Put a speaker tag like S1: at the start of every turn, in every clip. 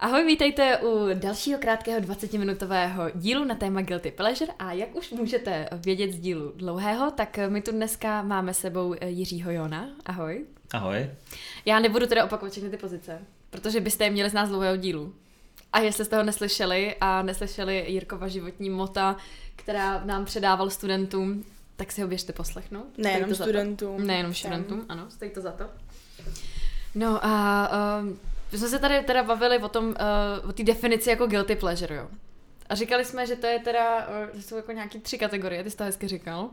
S1: Ahoj, vítejte u dalšího krátkého 20-minutového dílu na téma Guilty Pleasure a jak už můžete vědět z dílu dlouhého, tak my tu dneska máme sebou Jiřího Jona. Ahoj.
S2: Ahoj.
S1: Já nebudu teda opakovat všechny ty pozice, protože byste je měli z nás dlouhého dílu. A jestli jste ho neslyšeli a neslyšeli Jirkova životní mota, která nám předával studentům, tak si ho běžte poslechnout.
S3: Nejenom
S1: Stojí to za to.
S3: studentům,
S1: Nejenom
S3: všem.
S1: studentům, ano, stojí to za to. No a um, my jsme se tady teda bavili o tom, uh, o té definici jako guilty pleasure, jo. A říkali jsme, že to je teda, uh, že jsou jako nějaký tři kategorie, ty jsi to hezky říkal.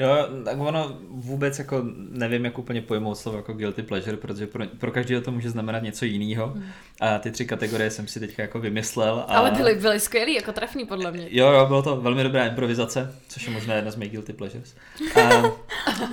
S2: Jo, tak ono vůbec jako nevím, jak úplně pojmout slovo jako guilty pleasure, protože pro, pro každého to může znamenat něco jiného. A ty tři kategorie jsem si teďka jako vymyslel.
S1: Hmm.
S2: A...
S1: Ale byly, byly skvělý, jako trefný podle mě.
S2: Jo, jo, bylo to velmi dobrá improvizace, což je možná jedna z mých guilty pleasures. A,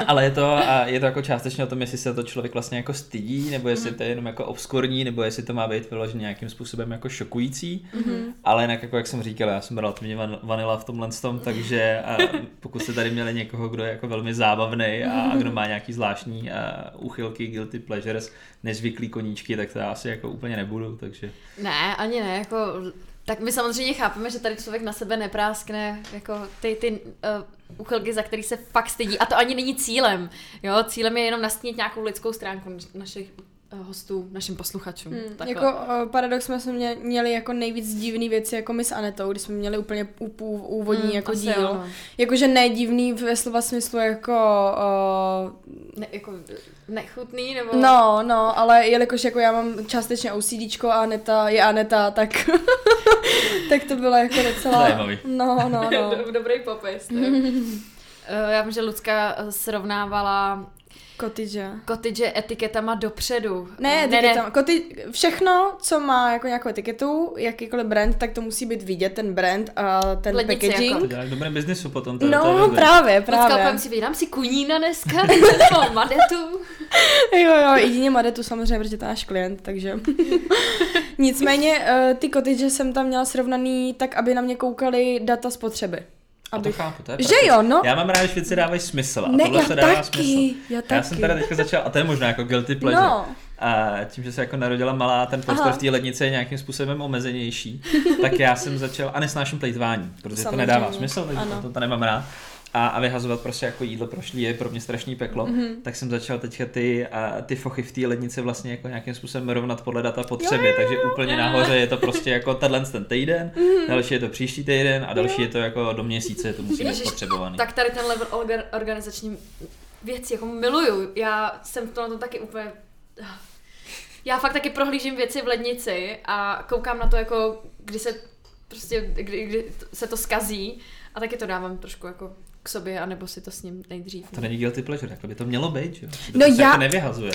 S2: ale je to, a je to jako částečně o tom, jestli se to člověk vlastně jako stydí, nebo jestli
S3: Mhm.
S2: to je jenom jako obskurní, nebo jestli to má být vyloženě nějakým způsobem jako šokující.
S3: Mhm.
S2: Mm-hmm. Ale jinak, jako jak jsem říkal, já jsem relativně van, vanila v tomhle tom, takže a pokud jste tady měli někoho, kdo je jako velmi zábavný a, a kdo má nějaký zvláštní a, uchylky, guilty pleasures, nezvyklý koníčky, tak to já asi jako úplně nebudu, takže...
S1: Ne, ani ne, jako... Tak my samozřejmě chápeme, že tady člověk na sebe nepráskne jako ty, ty uh, uchylky, za který se fakt stydí. A to ani není cílem. Jo, cílem je jenom nastínit nějakou lidskou stránku naš- našich eh, hostů, našim posluchačům.
S3: Hmm,
S1: Takhle.
S3: jako eh, paradox jsme jsme mě- měli jako nejvíc divný věci jako my s Anetou, kdy jsme měli úplně upů, úvodní
S1: Hmm,
S3: jako
S1: asi
S3: díl.
S1: ano.
S3: Jakože ne divný ve slova smyslu jako... Uh,
S1: Ne, jako nechutný, nebo...
S3: no, no, ale jelikož jako já mám částečně OCDčko a Aneta je Aneta, tak, tak to bylo jako docela...
S2: Zajímavý.
S3: No, no, no.
S1: Do- Dobrý popis. tak. Eh, Já vím, že Lucka eh, srovnávala
S3: Kotyže.
S1: kotyže etiketama dopředu.
S3: Ne, etiketa, Koti, všechno, co má jako nějakou etiketu, jakýkoliv brand, tak to musí být vidět, ten brand a ten
S1: Lednice jako.
S3: packaging.
S2: To dělá v dobrém biznisu potom. To, je- to je
S3: No,
S2: dobrý.
S3: právě,
S1: Lucka úplně
S3: právě.
S1: si vydám si kunína dneska, nebo madetu.
S3: Jo, jo, jedině Madetu samozřejmě, protože to je náš klient, takže... Nicméně eh, ty kotyže jsem tam měla srovnaný tak, aby na mě koukali data spotřeby.
S2: A to
S3: Abych...
S2: chápu, to je
S3: Že
S2: praktické.
S3: jo, no.
S2: Já mám ráda, když věci dávají smysl. A
S3: Ne,
S2: tohle
S3: já
S2: se dává
S3: taky,
S2: smysl.
S3: já
S2: já jsem
S3: taky.
S2: teda teďka začal, a to je možná jako guilty pleasure.
S3: No.
S2: A tím, že se jako narodila malá, ten prostor
S3: Aha.
S2: v té lednice je nějakým způsobem omezenější, tak já jsem začal, a nesnáším plejtvání, protože
S3: Samozřejmě.
S2: to nedává smysl, takže
S3: Ano.
S2: to, to nemám rád. A, a vyhazovat prostě jako jídlo pro šlí je pro mě strašný peklo,
S3: Mhm.
S2: mm-hmm. tak jsem začal teďka ty, a, ty fochy v té lednice vlastně jako nějakým způsobem rovnat podle data potřeby, takže úplně nahoře je to prostě jako tenhle ten týden,
S3: Mhm.
S2: mm-hmm. další je to příští týden a další je to jako do měsíce, to musí být
S1: Ježiš,
S2: potřebovaný.
S1: Tak tady tenhle orga- organizační věci jako miluju. Já jsem v tom na tom taky úplně... Já fakt taky prohlížím věci v lednici a koukám na to jako, kdy se prostě, kdy, kdy t- se to skazí a taky to dávám trošku jako k sobě, anebo si to s ním nejdřív.
S2: To není guilty pleasure, takhle by to mělo být, že? jo? To
S3: No
S2: se
S3: já-
S2: jako nevyhazuje.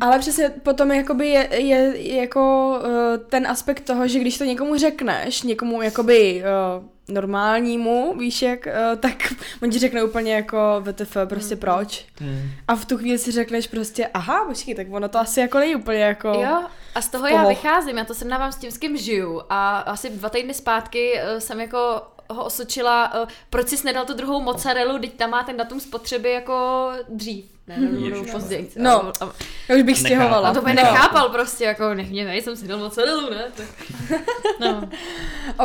S3: Ale přesně potom jakoby je, je, je jako eh, ten aspekt toho, že když to někomu řekneš, někomu jakoby eh, normálnímu, víš jak, eh, tak on ti řekne úplně jako VTF, prostě proč.
S2: Hmm.
S3: A v tu chvíli si řekneš prostě, aha, počkej, tak ono to asi jako není úplně jako...
S1: Jo, a z toho
S3: v
S1: já
S3: pomo-
S1: vycházím, já to srovnávám s tím, s kým žiju. A asi dva týdny zpátky eh, jsem jako ho osočila, eh, proč jsi nedal tu druhou mozzarellu, teď tam má ten datum spotřeby jako dřív. Ne, ne, ne,
S2: Ježiš.
S1: později.
S3: No.
S1: A- a-
S3: Já už bych
S2: Nechápu.
S3: stěhovala.
S1: A to by
S2: Nechápu.
S1: nechápal prostě, jako nech mě nej, jsem si dal mozzarellu, ne? Tak. No.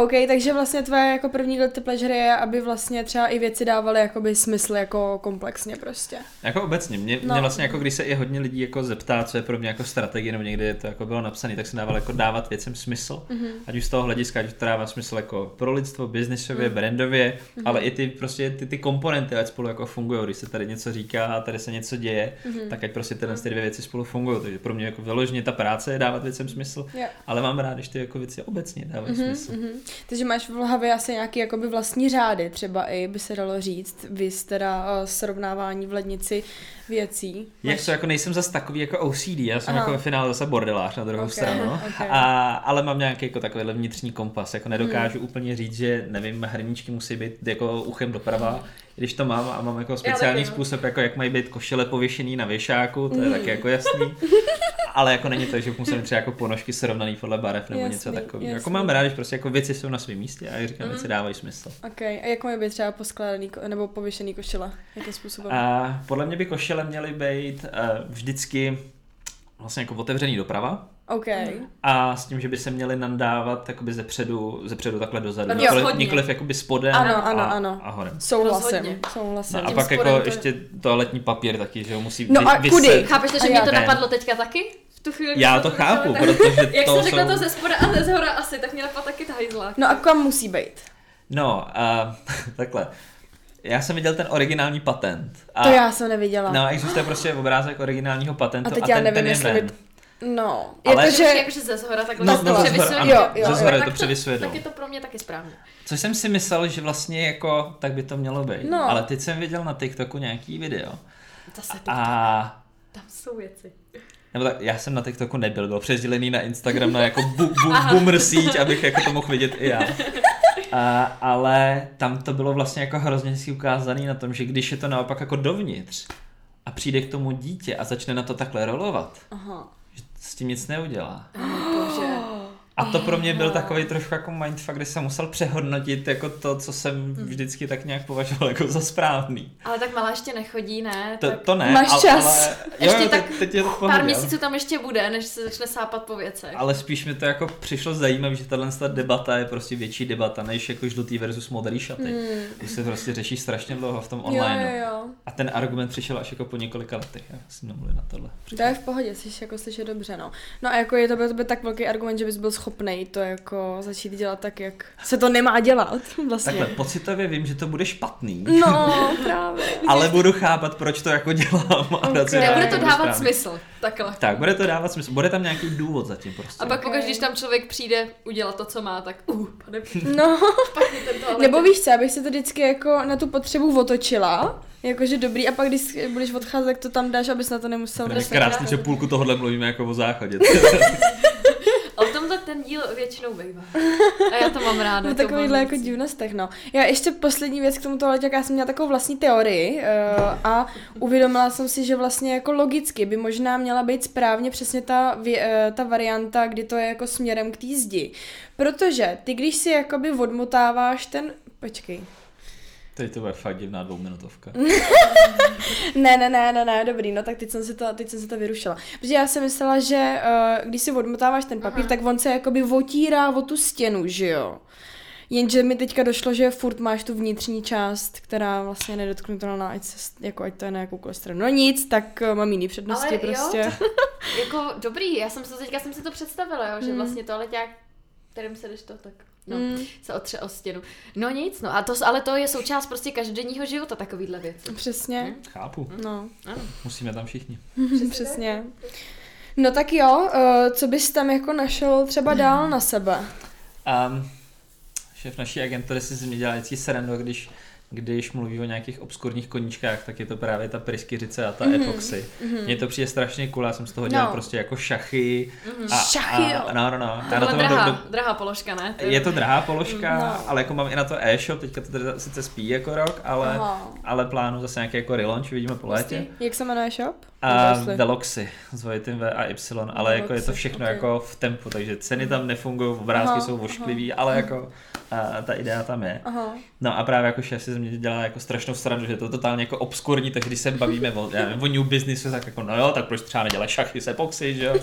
S3: OK, takže vlastně tvoje jako první guilty pleasure je, aby vlastně třeba i věci dávaly jakoby smysl jako komplexně prostě.
S2: Jako obecně, mě, no.
S3: No.
S2: mě vlastně jako když se i hodně lidí jako zeptá, co je pro mě jako strategie, nebo někde to jako bylo napsané, tak se dával jako dávat věcem smysl,
S3: Mhm.
S2: mm-hmm. ať už z toho hlediska, ať už to dává smysl jako pro lidstvo, biznisově,
S3: Mhm.
S2: mm. brandově, mm-hmm. ale i ty prostě ty, ty komponenty, ať spolu jako fungují, když se tady něco říká a tady se něco děje,
S3: Mhm.
S2: mm-hmm. tak ať prostě tyhle ty dvě věci spolu fungují, takže pro mě jako vyloženě ta práce je dávat věcem smysl,
S3: Jo.
S2: ale mám rád, když ty jako věci obecně dávají mm-hmm. smysl.
S3: Mhm. Takže máš v hlavě asi nějaký jakoby vlastní řády, třeba i by se dalo říct, vys teda eh, srovnávání v lednici věcí.
S2: Jak to jako nejsem zas takový jako OCD, já jsem
S3: Aha.
S2: jako ve finále zase bordelář na druhou
S3: Ok,
S2: stranu,
S3: ok.
S2: A, ale mám nějaký jako takovýhle vnitřní kompas, jako nedokážu
S3: Hmm.
S2: úplně říct, že nevím, hrníčky musí být jako uchem
S3: Hmm.
S2: doprava, když to mám a mám jako speciální
S1: taky, no.
S2: způsob, jako jak mají být košile pověšený na věšáku, to je
S3: Hmm.
S2: taky jako jasný, ale jako není to, že musím mít třeba jako ponožky srovnaný podle barev nebo
S3: Jasný,
S2: něco takového. Jako
S3: jasný. Hmm.
S2: mám rád, když prostě jako věci jsou na svém místě a jak říkám, věci dávají smysl.
S3: Ok, a jak mají být třeba poskládaný ko- nebo pověšený košile? Jakým způsobem?
S2: A podle mě by košile měly být eh, vždycky vlastně jako otevřený doprava,
S3: OK.
S1: Mm.
S2: a s tím, že by se měly nandávat jakoby ze předu, ze předu takhle dozadu.
S1: Jo.
S2: Nikoliv,
S1: Rozhodně.
S2: nikoliv jakoby spodem
S3: No Ano, ano,
S2: a,
S3: ano.
S2: a horem.
S3: Souhlasím,
S1: Rozhodně.
S3: souhlasím.
S2: No a
S1: tím
S2: pak jako
S1: spodem to je-
S2: ještě toaletní papír taky, že jo, musí
S3: No a kudy?
S2: vyset.
S1: Chápeš to, že
S3: A
S1: mě
S3: já
S1: to
S2: ne.
S1: napadlo teďka taky? V tu chvíli,
S2: Já
S1: když
S2: to
S1: jsem myslela,
S2: chápu,
S1: tak-
S2: protože
S1: Jak
S2: to
S1: jsem řekla
S2: jsou...
S1: to ze spoda a ze zhora asi, tak mě napadl taky ta hajzla.
S3: No a kam musí být?
S2: No, a takhle. Já jsem viděl ten originální patent. A,
S3: To já jsem neviděla.
S2: No, existuje prostě obrázek originálního patentu
S3: A teď
S2: a
S3: já
S2: ten,
S3: nevím,
S2: ten je
S3: jestli
S2: ven.
S3: by... No,
S2: Ale-
S1: Takže
S3: jakože...
S1: jakože ze zhora takhle
S2: No,
S1: to
S2: no, ze
S1: převisuje.
S2: zhora, ano,
S3: Jo, jo,
S2: ze
S3: jo.
S2: zhora je
S1: Tak
S2: to převisvědou.
S1: Tak je to pro mě taky správně.
S2: Což jsem si myslel, že vlastně jako, tak by to mělo být.
S3: No.
S2: Ale teď jsem viděl na TikToku nějaký video.
S1: Zase ty,
S2: A
S1: tam jsou věci.
S2: Nebo tak, já jsem na TikToku nebyl, byl přesdělený na Instagram na jako bu, bu, boomer síť, abych jako to mohl vidět i já. A, ale tam to bylo vlastně jako hrozně si ukázaný na tom, že když je to naopak jako dovnitř a přijde k tomu dítě a začne na to takhle rolovat,
S3: Aha.
S2: že s tím nic neudělá.
S1: Bože.
S2: A to pro mě byl takový trošku jako mindfuck, kdy jsem musel přehodnotit jako to, co
S1: Hm.
S2: jsem vždycky tak nějak považoval jako za správný.
S1: Ale tak malá ještě nechodí, ne?
S2: To,
S1: tak
S2: to ne,
S3: Máš
S2: ale,
S3: čas.
S2: ale jo,
S1: Ještě
S2: jo,
S1: tak
S2: teď, teď je to
S1: pár
S2: v pohodě.
S1: měsíců tam ještě bude, než se začne sápat po věcech.
S2: Ale spíš mi to jako přišlo zajímavé, že tahle ta debata je prostě větší debata, než jako žlutý versus modrý šaty.
S3: Hmm.
S2: Už se prostě řeší strašně dlouho v tom
S3: Jo,
S2: online.
S3: jo, jo.
S2: A ten argument přišel až jako po několika letech. Já jsem nemluvil na tohle.
S3: To je v pohodě, jsi jako slyšet dobře, no. No a jako je to, to by tak velký argument, že bys byl schopnej to jako začít dělat tak, jak se to nemá dělat vlastně.
S2: Takhle pocitově vím, že to bude špatný,
S3: No, právě.
S2: ale budu chápat, proč to jako dělám. A racionálně
S1: Nebude to
S2: budu
S1: dávat
S2: správný.
S1: smysl, takhle.
S2: Tak, bude to dávat smysl. Bude tam nějaký důvod zatím prostě.
S1: A pak pokaždé,
S3: Ok.
S1: když tam člověk přijde udělat to, co má, tak uh, pane,
S3: No,
S1: špatně ten toalet.
S3: nebo víš co, já bych se to vždycky jako na tu potřebu otočila, jakože dobrý, a pak když budeš odcházet, tak to tam dáš, abys na to nemusel
S2: To je
S3: myslet.
S2: krásný, že půlku tohohle mluvíme jako o záchodě.
S1: A v tomhle ten díl většinou bývá. A já to mám ráda.
S3: No,
S1: to mám
S3: takovýhle jako
S1: ráda.
S3: divnostech, no. Já ještě poslední věc k tomu tohle, jak já jsem měla takovou vlastní teorii uh, a uvědomila jsem si, že vlastně jako logicky by možná měla být správně přesně ta, vě- eh, ta varianta, kdy to je jako směrem k té zdi. Protože ty, když si jakoby odmotáváš ten... Počkej.
S2: Teď to bude fakt divná dvouminutovka.
S3: Ne, ne, ne, ne, ne, dobrý, no tak teď jsem si to, teď jsem si to vyrušila. Protože já jsem myslela, že uh, když si odmotáváš ten papír,
S1: Aha.
S3: Aha. tak on se jakoby otírá o tu stěnu, že jo? Jenže mi teďka došlo, že furt máš tu vnitřní část, která vlastně je nedotknutelná, ať, se, s- jako, ať to je na jakoukoliv stranu. No nic, tak uh, mám jiný přednosti
S1: Ale jo,
S3: prostě.
S1: Jako dobrý, já jsem se teďka jsem si to představila, jo, že
S3: Mm.
S1: vlastně toaleťák, kterým se jdeš to, tak no,
S3: Mm.
S1: se otře o stěnu. No nic, no, a to, s- ale to je součást prostě každodenního života, takovýhle věc.
S3: Přesně,
S2: Chápu,
S1: Mhm.
S3: no,
S1: Ano.
S2: musíme tam všichni.
S3: přesně. No tak jo, uh, co bys tam jako našel třeba dál na sebe?
S2: Um, šéf naší agentury si z mě dělá vždycky srandu, když, když mluví o nějakých obskurních koníčkách, tak je to právě ta pryskyřice a ta mm-hmm. epoxy. Mm-hmm. Mně to přijde strašně cool, já jsem z toho dělal
S3: No.
S2: prostě jako šachy. Mm-hmm. A,
S3: Šachy,
S2: a,
S3: jo.
S2: no, no, no.
S1: To
S2: já na
S1: byla
S2: tom
S1: drahá,
S2: do, do,
S1: drahá položka, ne? To
S2: je to drahá položka,
S3: No.
S2: no. ale jako mám i na to e-shop, teďka to teda sice spí jako rok, ale,
S3: Aha.
S2: ale plánu zase nějaký jako relaunch, vidíme po létě.
S3: Jak se jmenuje shop?
S2: A
S3: Zase.
S2: Veloxy, s dvojitým V a Y, ale jako je to
S3: Veloxy,
S2: všechno
S3: ok. Mhm.
S2: okay. jako v tempu, takže ceny tam nefungují, obrázky
S3: Aha,
S2: aha, jsou
S3: aha.
S2: ošklivý, ale jako a, ta idea tam je.
S3: Aha.
S2: No a právě jako šéf si ze mě dělá jako strašnou srandu, že je to totálně jako obskurní, tak když se bavíme o, já nevím, o new businessu, tak jako no jo, tak proč třeba nedělat šachy se epoxy, že jo?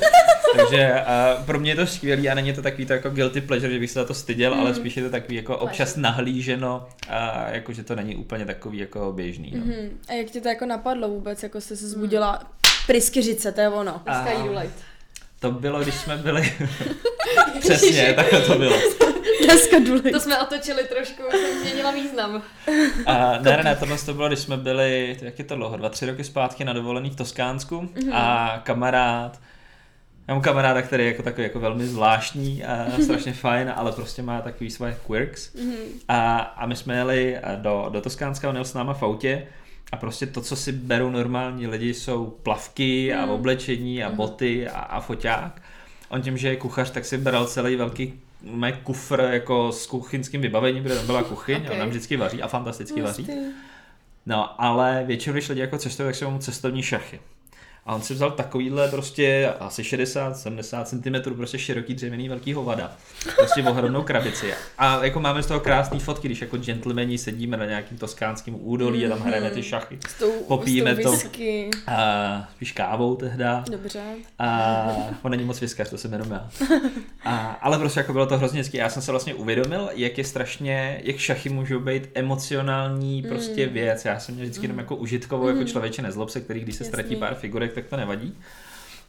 S2: Takže a pro mě je to skvělý a není to takový to jako guilty pleasure, že bych se za to styděl,
S3: Mhm.
S2: ale spíš je to takový jako občas nahlíženo a jako, že to není úplně takový jako běžný. No.
S3: Hmm. A jak tě to jako napadlo vůbec, jako jste se zbudila pryskyřice, to je ono.
S1: Dneska
S2: A-
S1: jdu light.
S2: To bylo, když jsme byli... Přesně, takhle to bylo.
S3: Dneska důležitý.
S1: To jsme otočili trošku, jsem změnila význam.
S2: A, ne, ne, ne, tohle to bylo, když jsme byli, to- jak je to dlouho, dva, tři roky zpátky na dovolený v Toskánsku a kamarád, já mám kamaráda, který je jako takový jako velmi zvláštní a strašně fajn, ale prostě má takový svoje quirks.
S3: Mhm.
S2: A, a my jsme jeli eh, do, do Toskánska, on jel s náma v autě a prostě to, co si berou normální lidi, jsou plavky a oblečení a boty a, a foťák. On tím, že je kuchař, tak si beral celý velký mé kufr jako s kuchyňským vybavením, kde tam byla kuchyň a
S1: Ok.
S2: on nám vždycky vaří a No, fantasticky vaří. No, ale většinou, když lidi jako cestují, tak jsou mu cestovní šachy. A on si vzal takovýhle prostě asi 60-70 cm prostě široký dřevěný velký hovada. Prostě ohromnou krabici. A jako máme z toho krásné fotky, když jako gentlemani sedíme na nějakým toskánským údolí a tam hrajeme ty šachy.
S3: S tou,
S2: Popijeme
S3: s
S2: to.
S3: tou whisky.
S2: A spíš kávou tehda.
S3: Dobře.
S2: A on není moc vyskař, to jsem jenom já. A, ale prostě jako bylo to hrozně hezký. Já jsem se vlastně uvědomil, jak je strašně, jak šachy můžou být emocionální prostě mm. věc. Já jsem měl vždycky jenom jako užitkovou, jako člověče nezlob se, který když se
S3: Jasný.
S2: ztratí pár figurek, tak to nevadí.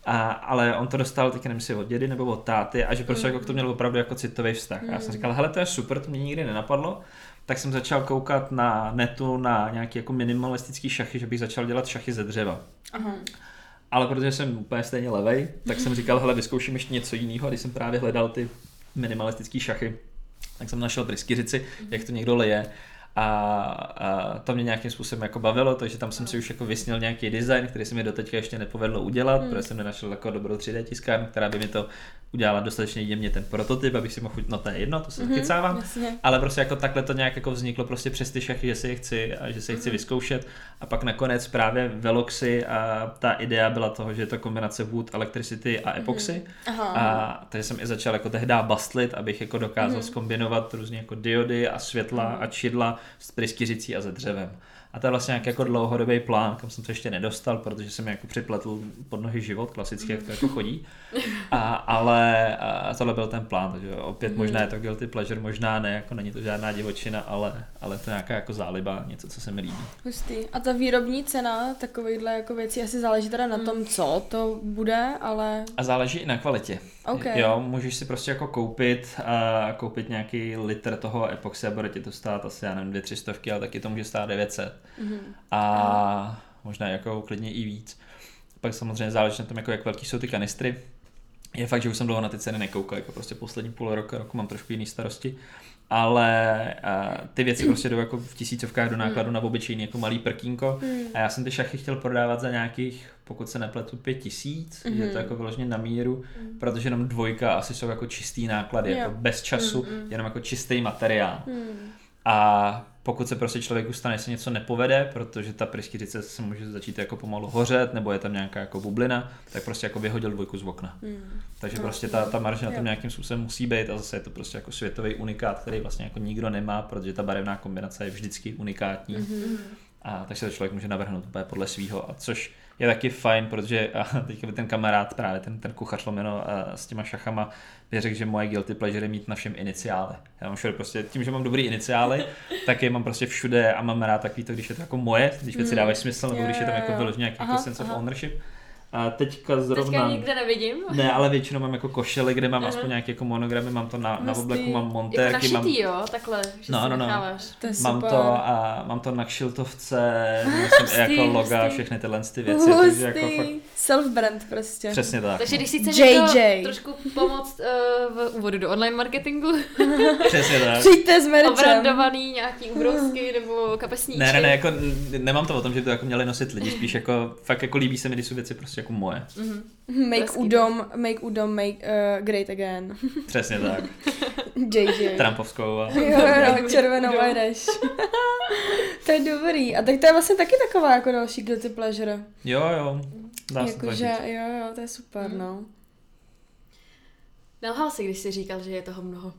S2: A, ale on to dostal, teď nevím si od dědy nebo od táty a že prostě mm. jako k tomu měl opravdu jako citový vztah. A já jsem říkal, hele to je super, to mě nikdy nenapadlo. Tak jsem začal koukat na netu na nějaký jako minimalistický šachy, že bych začal dělat šachy ze dřeva.
S3: Aha.
S2: Ale protože jsem úplně stejně levej, tak jsem říkal, hele, vyzkouším ještě něco jiného. A když jsem právě hledal ty minimalistické šachy, tak jsem našel pryskyřici, jak to někdo leje. A, a to mě nějakým způsobem jako bavilo, takže tam jsem si už jako vysnil nějaký design, který se mi doteďka ještě nepovedlo udělat,
S3: Hmm.
S2: protože jsem nenašel jako dobrou 3D tiskárnu, která by mi to udělala dostatečně jemně ten prototyp, abych si mohl chuť, no to je jedno, to se kecávám.
S3: Mhm, Jasně.
S2: Ale prostě jako takhle to nějak jako vzniklo prostě přes ty šachy, že si je chci, a že si je chci vyzkoušet. A pak nakonec právě Veloxy a ta idea byla toho, že je to kombinace wood, electricity a epoxy.
S3: Aha.
S2: A takže jsem i začal jako tehdy bastlit, abych jako dokázal skombinovat různě jako diody a světla a čidla s pryskyřicí a ze dřevem. A to je vlastně nějaký jako dlouhodobý plán, kam jsem se ještě nedostal, protože jsem jako připletl pod nohy život, klasicky, jak to jako chodí. A, ale a tohle byl ten plán, takže opět možná je to guilty pleasure, možná ne, jako není to žádná divočina, ale, ale to je nějaká jako záliba, něco, co se mi líbí.
S3: Hustý. A ta výrobní cena takovýchhle jako věcí asi záleží teda na tom, co to bude, ale...
S2: A záleží i na kvalitě.
S3: OK.
S2: Jo, můžeš si prostě jako koupit a koupit nějaký litr toho epoxy a bude ti to stát asi, já nevím, dvě, tři stovky, ale taky to může stát 900. Mm-hmm. A možná jako klidně i víc. Pak samozřejmě záleží na tom, jako jak velký jsou ty kanistry. Je fakt, že už jsem dlouho na ty ceny nekoukal, jako prostě poslední půl roku, roku mám trošku jiný starosti. Ale uh, ty věci prostě jdou jako v tisícovkách do nákladu na obyčejný jako malý prkínko. A já jsem ty šachy chtěl prodávat za nějakých, pokud se nepletu, pět tisíc, mm-hmm. že je to jako vyloženě na míru, protože jenom dvojka asi jsou jako čistý náklady,
S3: Jo.
S2: jako bez času, jenom jako čistý materiál.
S3: Hmm.
S2: A pokud se prostě člověku stane, že se něco nepovede, protože ta pryskyřice se může začít jako pomalu hořet, nebo je tam nějaká jako bublina, tak prostě jako vyhodil dvojku z okna.
S3: Hmm.
S2: Takže
S3: No.
S2: prostě ta, ta marže na tom nějakým způsobem musí být a zase je to prostě jako světový unikát, který vlastně jako nikdo nemá, protože ta barevná kombinace je vždycky unikátní.
S3: Mhm.
S2: A takže to člověk může navrhnout úplně podle svého, a což je taky fajn, protože a teďka by ten kamarád, právě ten, ten kuchař lomeno a s těma šachama, by řekl, že moje guilty pleasure je mít na všem iniciály. Já mám všude prostě, tím, že mám dobrý iniciály, tak je mám prostě všude a mám rád takový to, když je to jako moje, když věci dávají smysl, nebo
S3: Jo,
S2: když je tam
S3: Mhm. jo,
S2: jako
S3: jo.
S2: vyložený nějaký
S3: Aha,
S2: jako sense of
S3: aha.
S2: ownership. A teďka
S1: Teďka
S2: zrovna... No,
S1: nikde nevidím.
S2: Ne, ale většinou mám jako košely, kde mám
S1: Aha.
S2: aspoň nějaké jako monogramy, mám to na, na
S3: Hustý.
S2: obleku, mám
S1: Jako
S2: montéky,
S1: našitý,
S2: mám,
S1: jo, takhle, že
S2: No,
S1: no, si
S2: no,
S1: no,
S2: no.
S1: necháváš.
S3: To je super.
S2: mám, to, a, mám to na kšiltovce, mám si
S1: Hustý,
S2: jako loga,
S1: hustý.
S2: všechny tyhle ty věci,
S3: Hustý.
S2: takže jako fakt
S3: Self-brand prostě.
S2: přesně tak.
S1: Takže
S2: no.
S1: když si chceš
S3: JJ.
S1: JJ. trošku pomoct uh, v úvodu do online marketingu,
S2: Přesně tak.
S3: Přijďte s merčem.
S1: obrandovaný nějaký ubrousky nebo kapesníčky.
S2: Ne, ne, ne, jako n- nemám to o tom, že by to jako měli nosit lidi, spíš jako, fakt jako líbí se mi, když jsou věci prostě jako moje.
S1: Mhm.
S3: Make
S1: Hezký.
S3: udom, make udom, make uh, great again.
S2: Přesně tak.
S3: JJ.
S2: Trumpovskou a...
S3: Jo, jo, červenou
S1: Jo.
S3: jdeš. to je dobrý. A tak to je vlastně taky taková jako další guilty pleasure.
S2: Jo, jo, dá se to
S3: Jakože,
S2: žít.
S3: jo, jo, to je super, no.
S1: Nelhal si, když jsi říkal, že je toho mnoho.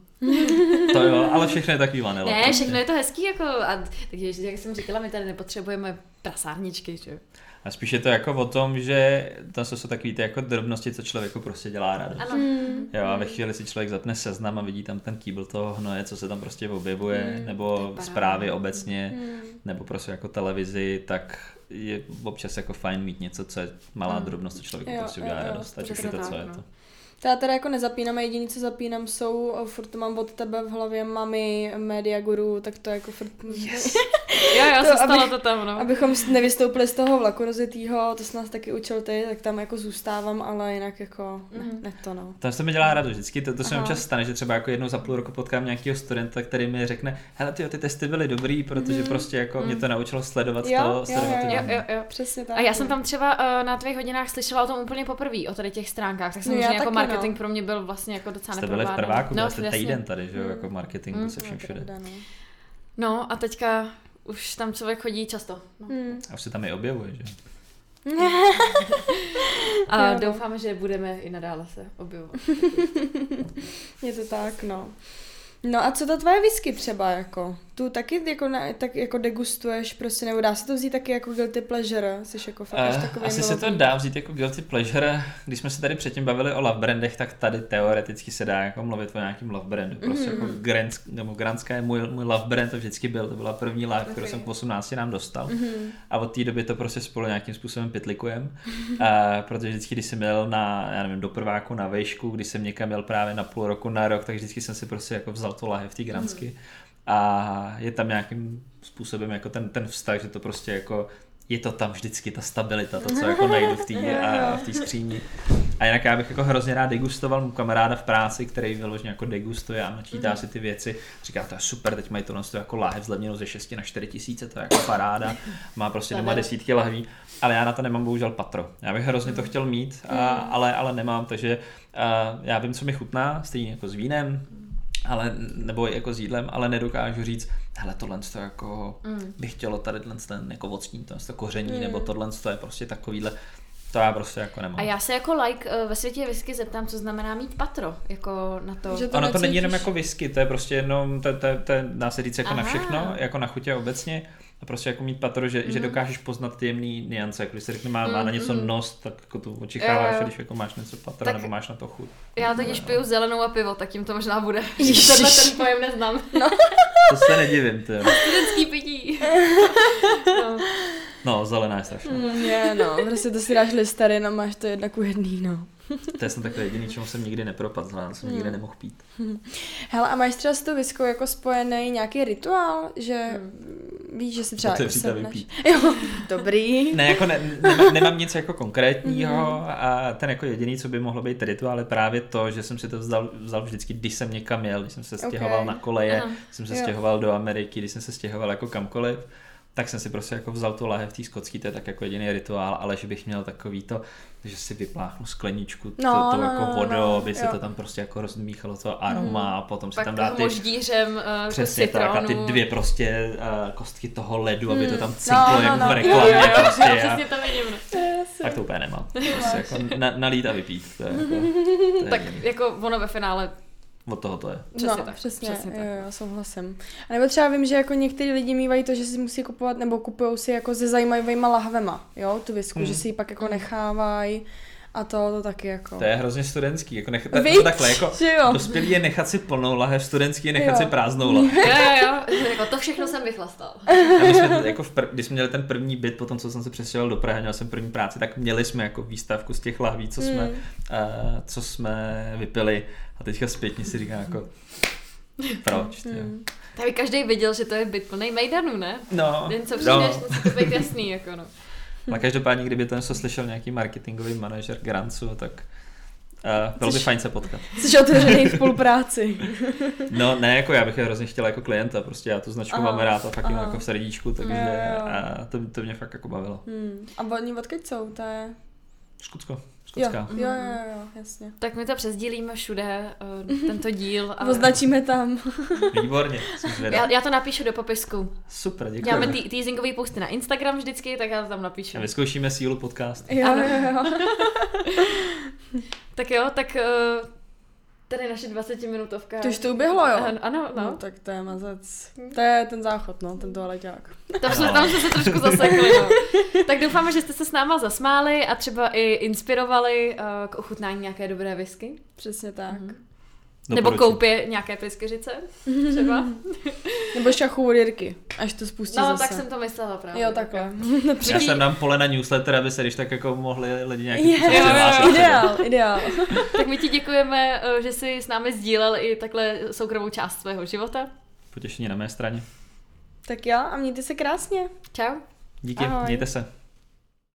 S2: To jo, ale všechno je takový vanila.
S1: Ne,
S2: prostě.
S1: všechno je to hezký, jako, a, takže jak jsem říkala, my tady nepotřebujeme prasárničky, že? jo.
S2: A spíš je to jako o tom, že to jsou takový ty jako drobnosti, co člověku prostě dělá radost.
S1: Ano.
S3: Hmm.
S2: Jo, a ve
S1: Hmm.
S2: chvíli si člověk zapne seznam a vidí tam ten kýbl toho hnoje, co se tam prostě objevuje, mm,
S1: Hmm, to je
S2: nebo
S1: paráda. Hmm.
S2: zprávy obecně, mm. nebo prostě jako televizi, tak je občas jako fajn mít něco, co je malá
S1: Hmm.
S2: mm. drobnost, co člověku
S3: Jo,
S2: prostě
S3: jo,
S2: udělá
S3: jo,
S2: radost. Takže
S1: přesně
S2: to, co
S1: tak,
S2: je
S1: no.
S2: to.
S3: To já teda jako nezapínám, a jediný, co zapínám, jsou, o, furt to mám od tebe v hlavě, mami, media guru, tak to jako furt... Yes.
S1: Jo, jo,
S3: To,
S1: se stalo
S3: abych-
S1: to tam, no.
S3: Abychom s- nevystoupili z toho vlaku rozjetýho, to jsi nás taky učil ty, tak tam jako zůstávám, ale jinak jako ne, ne to no.
S2: Tam se mi dělá radost vždycky, to, to se mi
S3: Aha.
S2: občas stane, že třeba jako jednou za půl roku potkám nějakého studenta, který mi řekne, hele tyjo, ty testy byly dobrý, protože prostě jako mě to naučilo sledovat
S3: Jo,
S2: to,
S3: jo,
S2: sledovat to.
S3: jo,
S1: Hmm. Jo,
S2: dělání."
S1: jo, jo.
S3: Přesně tak. no.
S1: A já jsem tam třeba uh, na tvých hodinách slyšela o tom úplně poprvé, o tady těch stránkách, tak
S3: No, já
S1: samozřejmě jako
S3: taky,
S1: marketing
S3: no.
S1: pro mě byl vlastně jako docela
S2: Jste byli v
S1: neprovládaný.
S2: prváku,
S1: no, Hmm.
S2: byli jste
S1: jasně.
S2: týden tady, že jo, jako marketingu se všem všude.
S3: Pravda, no.
S1: No a teďka už tam člověk chodí často. No.
S3: Hmm.
S2: A už se tam i objevuje, že?
S1: A
S3: Jo, no.
S1: doufáme, že budeme i nadále se objevovat.
S3: Je to tak, no. No a co ta tvoje whisky třeba, jako? Tu taky jako, na, tak jako degustuješ, prostě, nebo dá se to vzít taky jako guilty pleasure? Jsi jako fakt až
S2: Eh,
S3: takový
S2: Asi se to
S3: milovník.
S2: dá vzít jako guilty pleasure. Když jsme se tady předtím bavili o love brandech, tak tady teoreticky se dá jako mluvit o nějakém love brandu.
S3: Mhm.
S2: Prostě jako Grand, nebo Grandská je můj, můj love brand, to vždycky byl. To byla první láv, kterou
S1: Ok.
S2: jsem v 18 nám dostal.
S3: Mhm.
S2: A od té doby to prostě spolu nějakým způsobem pitlikujeme. A protože vždycky, když jsem jel na, já nevím, do prváku, na vejšku, když jsem někam jel právě na půl roku, na rok, tak vždycky jsem si prostě jako vzal to lahev té gransky.
S3: Mhm.
S2: A je tam nějakým způsobem jako ten, ten vztah, že to prostě jako je to tam vždycky ta stabilita, to, co jako najdu v té a v té skříni. A jinak já bych jako hrozně rád degustoval, mám kamaráda v práci, který vyloženě jako degustuje a načítá si ty věci. Říká, to je super, teď mají to na jako láhev zlevněnou ze 6 na 4 tisíce, to je jako paráda. Má prostě doma desítky lahví, ale já na to nemám bohužel patro. Já bych hrozně to chtěl mít, a, ale, ale nemám, takže a, já vím, co mi chutná, stejně jako s vínem, ale, nebo jako s jídlem, ale nedokážu říct, hele, tohle to jako mm. bych chtělo tady tohle ten jako vocní, tohle to koření, mm. nebo tohle to je prostě takovýhle, to já prostě jako nemám.
S1: A já se jako like eh, ve světě whisky zeptám, co znamená mít patro, jako na to.
S3: Že
S1: Že...
S3: to
S2: Ono to není jenom
S3: necítíš.
S2: jako whisky, to je prostě jenom, to, to, to dá se říct jako na
S1: Aha.
S2: všechno, jako na chutě obecně. A prostě jako mít patro, že,
S1: Mhm.
S2: mm. že dokážeš poznat ty jemný niance. Jako když se řekne, má, má na něco nos, tak jako to
S1: Jo,
S2: očekáváš,
S1: Mhm. jo.
S2: když jako máš něco patro,
S1: Tak-
S2: nebo máš na to chuť.
S1: Já totiž piju zelenou a pivo, tak tím to možná bude.
S3: Ježiš.
S1: Tenhle ten pojem neznám.
S2: To se nedivím, ty. jo.
S1: Studentský pití. no.
S2: No, zelená je strašná.
S1: Mhm.
S3: Je, no, prostě to si dáš listary, no máš to jedna ku jedný, no.
S2: To je snad takové jediný, čemu jsem nikdy nepropadl, zelená
S1: Mhm.
S2: jsem nikdy nemohl pít.
S3: Hele, a máš třeba s tou viskou jako spojený nějaký rituál, že víš, že si třeba jako
S2: Otevřít a
S3: sedneš.
S2: vypít.
S3: Jo, dobrý.
S2: Ne, jako ne, nemám, nemám nic jako konkrétního
S3: Mhm.
S2: a ten jako jediný, co by mohlo být rituál, je právě to, že jsem si to vzal, vzal vždycky, když jsem někam jel, když jsem se stěhoval
S3: Ok.
S2: na koleje,
S1: Aha.
S2: jsem se
S3: Jo.
S2: stěhoval do Ameriky, když jsem se stěhoval jako kamkoliv, tak jsem si prostě jako vzal tu lahev té skotský, to je tak jako jediný rituál, ale že bych měl takový to, že si vypláchnu skleničku
S3: No,
S2: no, to, to
S3: no, no,
S2: jako
S3: no,
S2: vodou,
S3: no,
S2: aby se
S3: jo. Mhm.
S2: to tam prostě jako rozmíchalo to aroma a potom si
S1: Pak
S2: tam dá ty...
S1: moždířem uh,
S2: Přesně tak, a ty
S1: citronu.
S2: dvě prostě uh, kostky toho ledu, aby to tam
S3: No,
S2: cinklo no,
S3: no, no.
S2: v
S3: Jo, jo,
S2: reklamě
S3: jo,
S2: prostě.
S1: Já
S2: a-
S1: přesně to vidím. no.
S2: tak to úplně nemám. Prostě jako na, nalít a vypít. To je jako, to je
S1: Tak
S2: jediný.
S1: jako ono ve finále.
S2: Od toho to je.
S1: Přesně
S3: no,
S1: tak,
S3: přesně,
S1: přesně tak.
S3: Jo, jo, souhlasím. A nebo třeba vím, že jako někteří lidi mývají to, že si musí kupovat, nebo kupují si jako se zajímavýma lahvema, jo, tu visku,
S2: Hmm.
S3: že si ji pak jako nechávají a to, to taky jako.
S2: To je hrozně studentský. Jako nech,
S3: Viď?
S2: tak, takhle, jako
S3: Že jo?
S2: dospělý je nechat si plnou lahev, studentský je nechat
S3: Jo.
S2: si prázdnou lahev.
S1: Jo, jo, jo. Jako to všechno jsem vychlastal.
S2: A my jsme, jako v pr- když jsme měli ten první byt, potom co jsem se přestěhoval do Prahy, měl jsem první práci, tak měli jsme jako výstavku z těch lahví, co
S1: Hmm.
S2: jsme,
S3: Hmm,
S2: eh, co jsme vypili. A teďka zpětně si říkám jako, proč? tyjo?
S3: hmm.
S1: Tak by každý viděl, že to je byt plný Mejdanů, ne?
S2: No,
S1: Den, co
S2: no.
S1: přijdeš, musí to být jasný, jako no.
S2: Ale každopádně, kdyby to něco slyšel nějaký marketingový manažer Grantsu, tak uh, bylo by
S3: Což-
S2: fajn se potkat.
S3: Jsi otevřený k spolupráci.
S2: No ne, jako já bych je hrozně chtěla jako klienta, prostě já tu značku
S3: Aha,
S2: mám rád a fakt jim
S3: aha.
S2: jako v srdíčku, takže
S3: Jo, jo.
S2: a to, to mě fakt jako bavilo.
S3: Hmm. A oni odkud jsou, to je...
S2: Skutsko,
S3: Jo,
S2: Skotská.
S3: jo, jo, jo, jasně.
S1: Tak my to přezdílíme všude, eh, tento díl. A...
S3: Označíme tam.
S2: Výborně, jsem zvědav.
S1: Já, já to napíšu do popisku.
S2: Super,
S1: Děláme
S2: děkuji.
S1: tý- teasingový posty na Instagram vždycky, tak já to tam napíšu.
S2: A vyzkoušíme sílu podcast.
S3: Jo,
S1: Ano. No.
S3: jo, jo.
S1: Tak jo, tak eh, tady naše 20 minutovka.
S3: To už to uběhlo, jo?
S1: Ano, ano,
S3: No,
S1: no.
S3: tak to je mazec.
S1: Hmm.
S3: To je ten záchod, no, ten toaleťák.
S1: Tam jsme,
S2: No.
S1: tam jsme se trošku zasekli. No. Tak doufáme, že jste se s náma zasmáli a třeba i inspirovali eh, k ochutnání nějaké dobré whisky.
S3: Přesně tak.
S1: Mhm. Nebo
S2: Doporučuji.
S1: koupě nějaké pryskyřice, třeba.
S3: Nebo šachu Jirky, až to spustí
S1: No,
S3: zase.
S1: tak jsem to myslela právě.
S3: Jo, takhle.
S2: Já jsem dám pole na newsletter, aby se když tak jako mohli lidi nějaký
S3: Je,
S2: způsob
S1: jo, jo,
S2: přihlásit.
S3: Ideál, ideál.
S1: Tak my ti děkujeme, eh, že jsi s námi sdílel i takhle soukromou část svého života.
S2: Potěšení na mé straně.
S3: Tak jo, a mějte se krásně.
S1: Čau.
S2: Díky,
S3: Ahoj.
S2: mějte se.